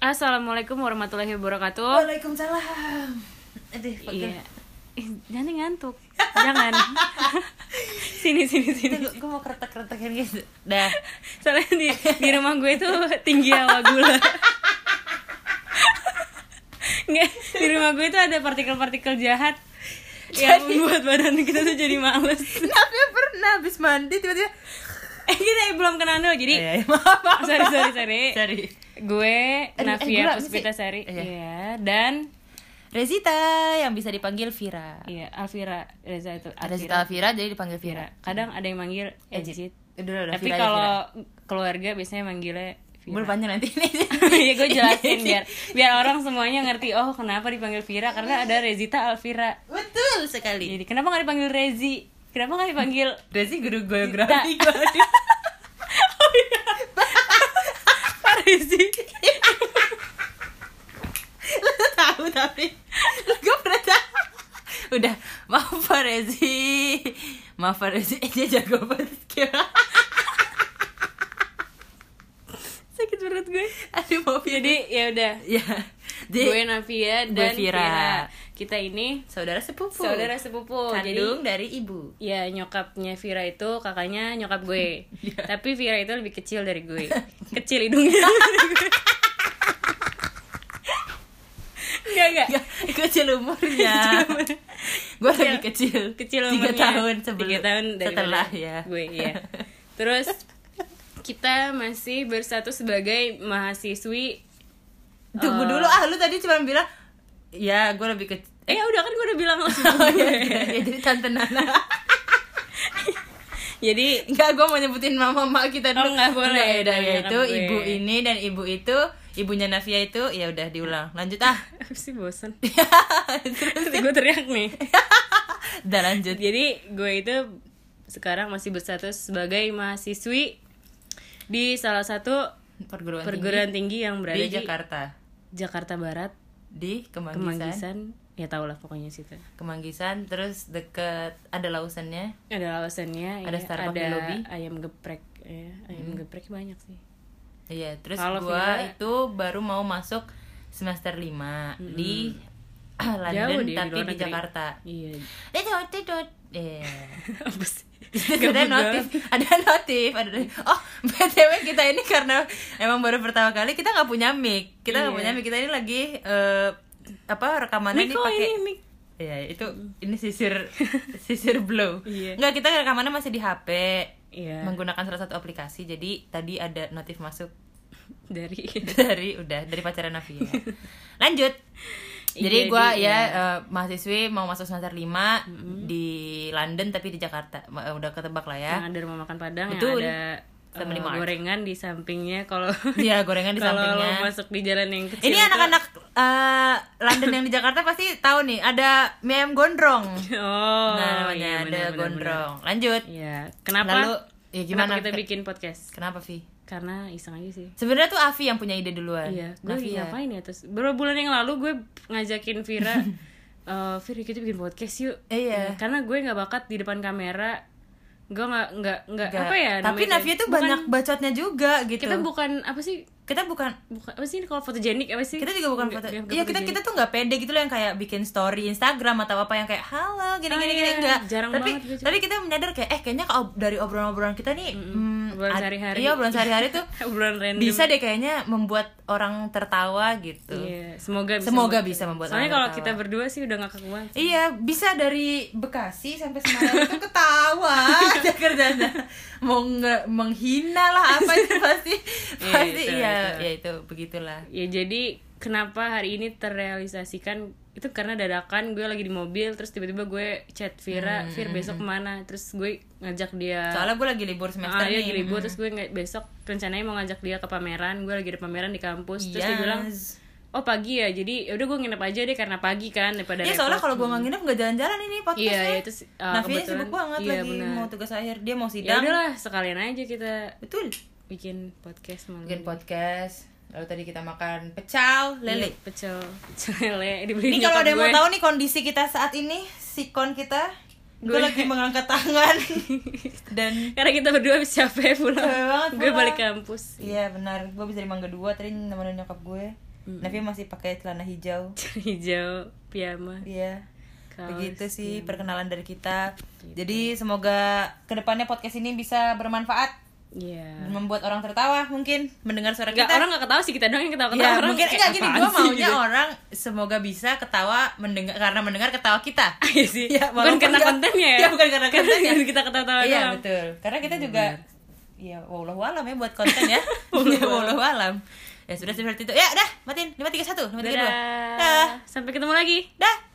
Assalamualaikum warahmatullahi Oh. wabarakatuh. Waalaikumsalam. Aduh, pegel. Iya. Ih, Jangan ngantuk. Jangan. sini sini sini. Itu gue mau keretek-keretekin gitu. Dah. Soalnya di, di rumah gue tuh tinggi hawa gula. Nggak, di rumah gue tuh ada partikel-partikel jahat yang membuat badan kita tuh jadi males. Nafia pernah habis mandi tiba-tiba. Eh kita belum kenal dulu jadi Iya, iya, maaf. maaf. sorry sorry sorry. Sorry. Gue eh, Navia gula, Puspita mesti- Sari. Iya. Iya, dan Rezita yang bisa dipanggil Vira. iya Alvira Reza itu Rezita Vira jadi dipanggil Vira. Vira. Ya, Kadang ada yang manggil Ejit. Ejit. Udah, udah, Tapi Vira aja, kalau keluarga biasanya manggilnya Vira. Belum Vira. panjang nanti ini. Iya gue jelasin biar biar orang semuanya ngerti oh kenapa dipanggil Vira karena ada Rezita Alvira. Betul sekali. Jadi kenapa nggak dipanggil Rezi? Kenapa nggak dipanggil Rezi guru geografi gue. Oh, iya. Pak Rezi? Lu tahu tapi lu gue pernah tahu. Udah, maaf Pak Rezi. Maaf Pak Rezi, Eh, dia jago banget. Sakit perut gue. Aduh, mau Jadi ya udah Ya. Jadi, gue Navia gue dan Vira. Vira. Kita ini saudara sepupu. saudara sepupu. kandung Jadi dari ibu. ya nyokapnya Vira itu kakaknya nyokap gue. Tapi Vira itu lebih kecil dari gue. Kecil hidungnya. Enggak enggak. Enggak, kecil umurnya. gue lebih kecil. Iya. kecil tiga umurnya tahun sebelum tiga tahun dari setelah mana? ya. gue ya terus kita masih bersatu sebagai mahasiswi Tunggu dulu ah lu tadi cuma bilang ya gue lebih kecil. eh udah kan gue udah bilang langsung Oh, iya, iya. Ya, jadi tante Nana. jadi Enggak, gue mau nyebutin mama mak kita Oh, dulu. nggak boleh. ya udah ya Jangan itu gue. ibu ini dan ibu itu ibunya Navia itu ya udah diulang. Lanjut ah. apa sih bosan Iya, gue teriak nih Udah lanjut. jadi gue itu sekarang masih bersatu sebagai mahasiswi di salah satu Perguruan, perguruan tinggi yang tinggi berada di Jakarta. Jakarta Barat Di Kemanggisan. Kemanggisan ya tau lah pokoknya situ Kemanggisan terus deket ada lausannya. ada alasannya ya, Ada Starbucks di lobby. Hmm. ayam geprek ya ayam geprek banyak sih Iya, terus Kalau gua Vira- itu baru mau masuk semester 5 di London Jauh dia di tapi luar di, negeri. Jakarta. iya Eh, dot, dot, dot. Eh. apa sih ada notif, ada notif, ada oh btw kita ini karena emang baru pertama kali kita nggak punya mic, kita nggak Iya. punya mic kita ini lagi eh, apa rekamannya Miko dipakai ini Mik Iya, itu ini sisir sisir blow. Iya. Enggak, kita rekamannya masih di HP. Iya. Menggunakan salah satu aplikasi. Jadi tadi ada notif masuk dari dari udah dari pacaran Navia. Lanjut. Jadi Iya, gua jadi, ya eh, mahasiswi mau masuk semester 5 di London tapi di Jakarta. Ma- eh, Udah ketebak lah ya. yang ada rumah makan Padang yang Betul. ada eh, Family Mart. gorengan di sampingnya kalau Iya, gorengan di kalau lo sampingnya. masuk di jalan yang kecil Ini itu- anak-anak eh, London yang di Jakarta pasti tahu nih, ada mie ayam gondrong. oh nah, namanya iya, ada benar, benar, gondrong. Lanjut. benar. Iya. kenapa Lalu ya gimana gimana? kita Ke- bikin podcast Kenapa, Vi? karena iseng aja sih Sebenarnya tuh Avi yang punya ide duluan. Iya, gue lagi Navia. ngapain ya terus beberapa bulan yang lalu gue ngajakin Vira eh Vir kita bikin podcast yuk. Nah, Iya. Karena gue nggak bakat di depan kamera. Gue nggak nggak nggak Enggak. apa ya. Tapi namanya? Navia tuh Bukan- banyak bacotnya juga gitu. Kita bukan apa sih? kita bukan Bukan apa sih ini kalau fotogenik apa sih? kita juga bukan Nggak- foto. nggak- nggak Iya, kita fotogenik. kita tuh nggak pede gitu loh yang kayak bikin story Instagram atau apa yang kayak halo gini Ah, iya, gini gini enggak. jarang tapi banget gitu. tapi kita menyadar kayak eh kayaknya kalau dari obrolan-obrolan kita nih hmm, Obrolan ad- sehari-hari. Iya, obrolan sehari-hari tuh obrolan random. bisa deh kayaknya membuat orang tertawa gitu. Iya, semoga bisa. Semoga bisa membuat Soalnya orang kalau tertawa. kita berdua sih udah ngakak banget. Iya, bisa dari Bekasi sampai Semarang itu ketawa ada kerjanya. Mau nge- menghina lah apa itu pasti Iya, pasti itu, iya, itu. ya itu begitulah. Ya jadi kenapa hari ini terrealisasikan itu karena dadakan gue lagi di mobil terus tiba-tiba gue chat Vira, Hmm, Vir besok kemana? Terus gue ngajak dia Soalnya gue lagi libur semester Ah, dia nih. hmm. lagi libur terus gue nge- besok rencananya mau ngajak dia ke pameran, gue lagi ada pameran di kampus terus dia Yes. bilang oh pagi ya jadi yaudah gue nginep aja deh karena pagi kan daripada Iya, repot. soalnya kalau gue nggak nginep nggak jalan-jalan ini podcastnya. Iya, iya, terus, uh, Nafinya kebetulan- sibuk banget iya, lagi benar. mau tugas akhir, dia mau ya sidang. udahlah sekalian aja kita Betul. bikin podcast malam Bikin podcast. Lalu tadi kita makan pecel, lele. Iya, pecel pecel lele dibeli Ini kalau ada yang mau tahu nih kondisi kita saat ini, sikon kita, gue Gue- lagi mengangkat tangan dan karena kita berdua habis capek pulang Capek banget gue pulang. balik kampus Iya benar, gue bisa di Mangga Dua tadi nemenin nyokap gue Nafi masih pakai celana hijau hijau piyama Iya Kaos, Begitu sih perkenalan dari kita Gitu. Jadi semoga kedepannya podcast ini bisa bermanfaat Iya. Membuat orang tertawa mungkin Mendengar suara Enggak Nah, kita orang nggak ketawa sih kita doang yang ketawa ketawa Ya, orang mungkin kayak, enggak gini "Apaan gue sih?" maunya gitu. orang semoga bisa ketawa mendengar karena mendengar ketawa kita. Iya sih. Ya, bukan walaupun karena nggak- kontennya ya. Iya, bukan karena kontennya. kita ketawa-tawa iya doang. betul. Karena kita juga ya wallahu alam ya buat konten ya. ya wallahu alam. Ya sudah seperti itu. Ya udah, matiin. 5 3 1, 5 3 2. Dadah. Dah. Sampai ketemu lagi. Dah.